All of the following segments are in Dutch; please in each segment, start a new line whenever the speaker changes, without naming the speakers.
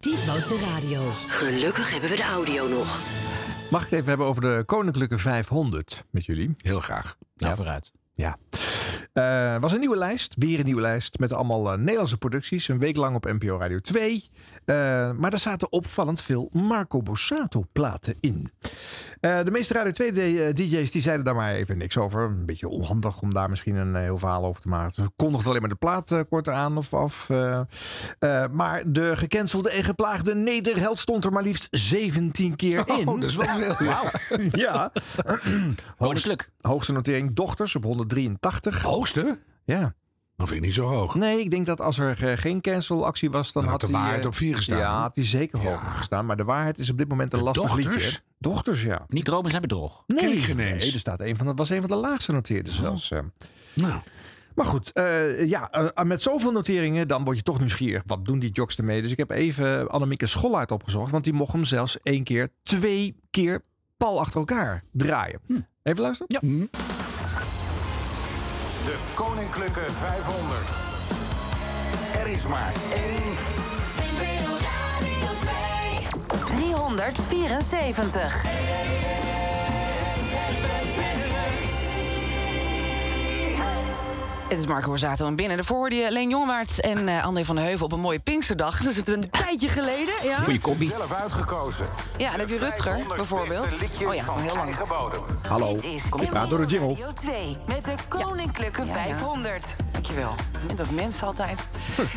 Dit was de radio. Gelukkig hebben we de audio nog.
Mag ik het even hebben over de Koninklijke 500 met jullie?
Heel graag. Nou,
Ja.
vooruit.
Ja. Eh, was een nieuwe lijst, weer een nieuwe lijst, met allemaal eh, Nederlandse producties. Een week lang op NPO Radio 2. Eh, maar daar zaten opvallend veel Marco Borsato platen in. Eh, de meeste Radio 2 de- eh, DJ's die zeiden daar maar even niks over. Een beetje onhandig om daar misschien een eh, heel verhaal over te maken. Ze kondigden alleen maar de plaat eh, kort aan of af. Eh, eh, maar de gecancelde en geplaagde Nederheld stond er maar liefst 17 keer in.
Oh, dat is wel veel. Ja.
ja.
Koninklijk.
Hoogste notering dochters op 183.
Hoogste?
Ja.
Dat vind ik niet zo hoog.
Nee, ik denk dat als er eh, geen cancelactie was, dan
Dan
had
had de
die,
waarheid
eh,
op vier gestaan,
Ja,
hè?
had die zeker hoger gestaan. Maar de waarheid is op dit moment een
De
lastig
dochters?
liedje. Dochters, ja.
Niet dromen zijn bedrog.
Nee, nee,
Kerkgenees.
er staat een van, dat was een van de laagste noteerde
Oh.
zelfs. eh.
Nou,
Maar goed, eh, ja, eh, met zoveel noteringen, dan word je toch nieuwsgierig. Wat doen die jocks ermee? Dus ik heb even Annemieke Schollaert opgezocht. Want die mocht hem zelfs één keer, twee keer pal achter elkaar draaien. Even luisteren? Ja.
De Koninklijke 500. Er is maar één.
374. Het is Marco Borsato en binnen. Daarvoor hoorde je Leen Jongewaard en eh, André van der Heuvel op een mooie Pinksterdag. Dat is het een tijdje geleden. Ja,
Goeie combi.
Zelf uitgekozen.
ja dan heb je
De
Rutger
500
bijvoorbeeld.
beste liedjes
Oh ja,
van
heel lang.
eigen bodem.
Hallo.
Dit is
Kom ik praat door de jingle.
Radio 2 met de Koninklijke 500. Dankjewel. Dat mens altijd.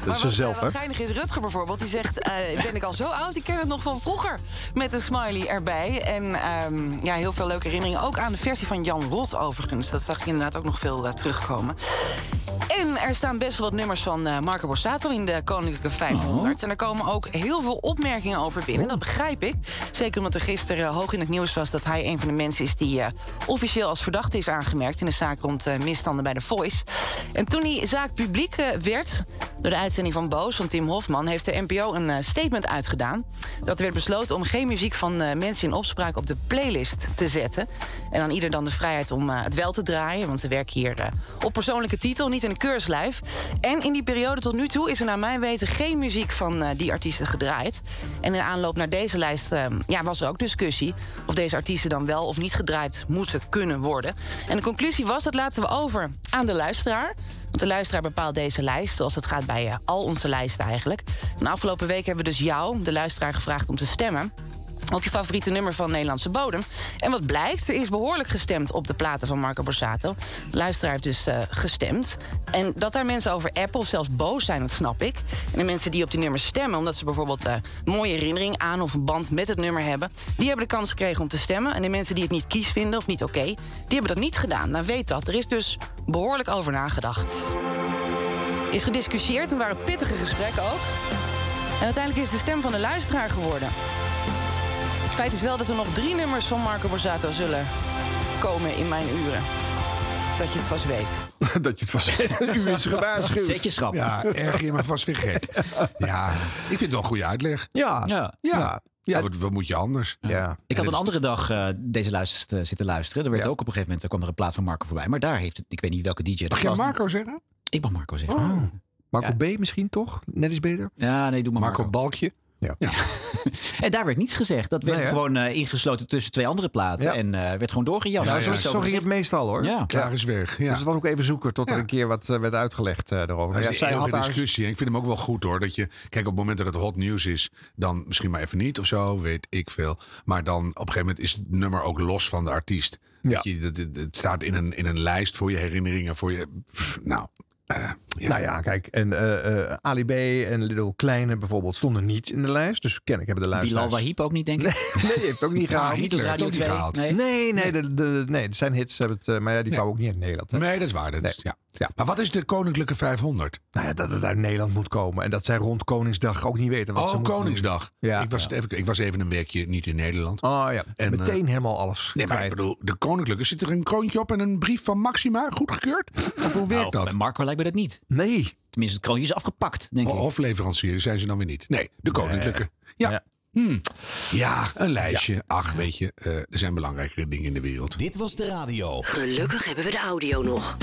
Dat
ze zelf, hè?
Wat geinig is, Rutger bijvoorbeeld, die zegt... eh, ben ik al zo oud, ik ken het nog van vroeger. Met een smiley erbij. En ehm, ja, heel veel leuke herinneringen. Ook aan de versie van Jan Rot overigens. Dat zag ik inderdaad ook nog veel eh, terugkomen. En er staan best wel wat nummers van eh, Marco Borsato in de Koninklijke 500. En er komen ook heel veel opmerkingen over binnen. Dat begrijp ik. Zeker omdat er gisteren eh, hoog in het nieuws was dat hij een van de mensen is die eh, officieel als verdachte is aangemerkt in de zaak rond eh, misstanden bij de Voice. En toen die zaak publiek eh, werd door de uitzending van Boos van Tim Hofman heeft de NPO een eh, statement uitgedaan. Dat werd besloten om geen muziek van eh, mensen in opspraak op de playlist te zetten. En aan ieder dan de vrijheid om eh, het wel te draaien, want ze werken hier eh, op persoonlijke titel, niet in een keurslijf. En in die periode tot nu toe is er naar mijn weten geen muziek van eh, die artiesten gedraaid. En in aanloop naar deze lijst eh, ja, was er ook discussie of deze artiesten dan wel of niet gedraaid moeten kunnen worden. En de conclusie was dat laten we over aan de luisteraar. Want de luisteraar bepaalt deze lijst, zoals het gaat bij eh, al onze lijsten eigenlijk. En afgelopen week hebben we dus jou, de luisteraar, gevraagd om te stemmen op je favoriete nummer van Nederlandse bodem. En wat blijkt, er is behoorlijk gestemd op de platen van Marco Borsato. De luisteraar heeft dus eh, gestemd. En dat daar mensen over appen of zelfs boos zijn, dat snap ik. En de mensen die op die nummers stemmen... omdat ze bijvoorbeeld eh, een mooie herinnering aan of een band met het nummer hebben... die hebben de kans gekregen om te stemmen. En de mensen die het niet kies vinden of niet oké... die hebben dat niet gedaan. Nou, weet dat. Er is dus behoorlijk over nagedacht. Is gediscussieerd en waren pittige gesprekken ook. En uiteindelijk is de stem van de luisteraar geworden. Het feit is wel dat er nog drie nummers van Marco Borsato zullen komen in mijn uren. Dat je het vast weet.
Dat je het was. U is gewaarschuwd.
Zet je schrap.
ja, erg je maar vast weer gek. Ja, ik vind het wel een goede uitleg.
Ja.
Ja.
Ja, ja wat, wat moet je anders?
ja.
Ik had
Dit
een
is-
andere dag eh, deze luister, zitten luisteren. Er werd
Ja.
ook op een gegeven moment, er kwam er een plaat van Marco voorbij. Maar daar heeft het, ik weet niet welke DJ. dat
Mag je
was.
Marco zeggen?
Ik mag Marco zeggen.
Marco B misschien toch? Net is beter.
Ja, nee, doe maar Marco.
Marco Balkje?
En daar werd niets gezegd. Dat werd
Nee, hè?
gewoon eh, ingesloten tussen twee andere platen.
Ja.
En eh, werd gewoon doorgejat.
Ja,
Dat
zo,
is
zo ging het meestal hoor.
Ja.
Klaar is weg. Ja.
Dus het was ook even zoeken tot er
Ja.
een keer wat eh, werd uitgelegd eh
Dat
erover.
is
Ja,
de
zij had
eeuwige
daar-
discussie. En ik vind hem ook wel goed hoor. Dat je, kijk, op het moment dat het hot nieuws is, dan misschien maar even niet of zo, weet ik veel. Maar dan op een gegeven moment is het nummer ook los van de artiest. Weet je, dat- dat- het staat in een, in een lijst voor je herinneringen, voor je. pff, nou, eh, ja.
Nou ja, kijk, en eh eh Ali B en Little Kleine bijvoorbeeld stonden niet in de lijst. Dus ken ik hebben de lijst.
Bilal Wahib ook niet, denk ik.
Nee, je hebt ook niet gehaald.
Hitler
op
heeft ook niet
twee.
gehaald.
Nee.
Nee, nee, de, de, nee, zijn hits hebben het, eh, maar ja, die kwamen ook niet uit Nederland. hè.
Nee, dat is waar. Dat is, ja.
Ja.
Maar wat is de Koninklijke 500?
Nou ja, dat het uit Nederland moet komen. En dat zij rond Koningsdag ook niet weten. Wat ze
oh,
moeten
Koningsdag.
doen. Ja.
Ik, was het even, ik was even een weekje niet in Nederland.
doen. Oh ja,
En, eh,
meteen helemaal alles
Nee, maar ik
kwijt.
bedoel, de Koninklijke. Zit er een kroontje op en een brief van Maxima goedgekeurd? Of hoe werkt
Nou,
dat?
bij Marco lijkt me dat niet.
Nee,
Tenminste, het kroontje is afgepakt, denk
Ho-
ik.
Hofleverancier zijn ze dan weer niet. Nee, de koninklijke. Ja.
Ja.
Ja. een lijstje. Ach, weet je, eh, er zijn belangrijkere dingen in de wereld.
Gelukkig hebben we de audio nog.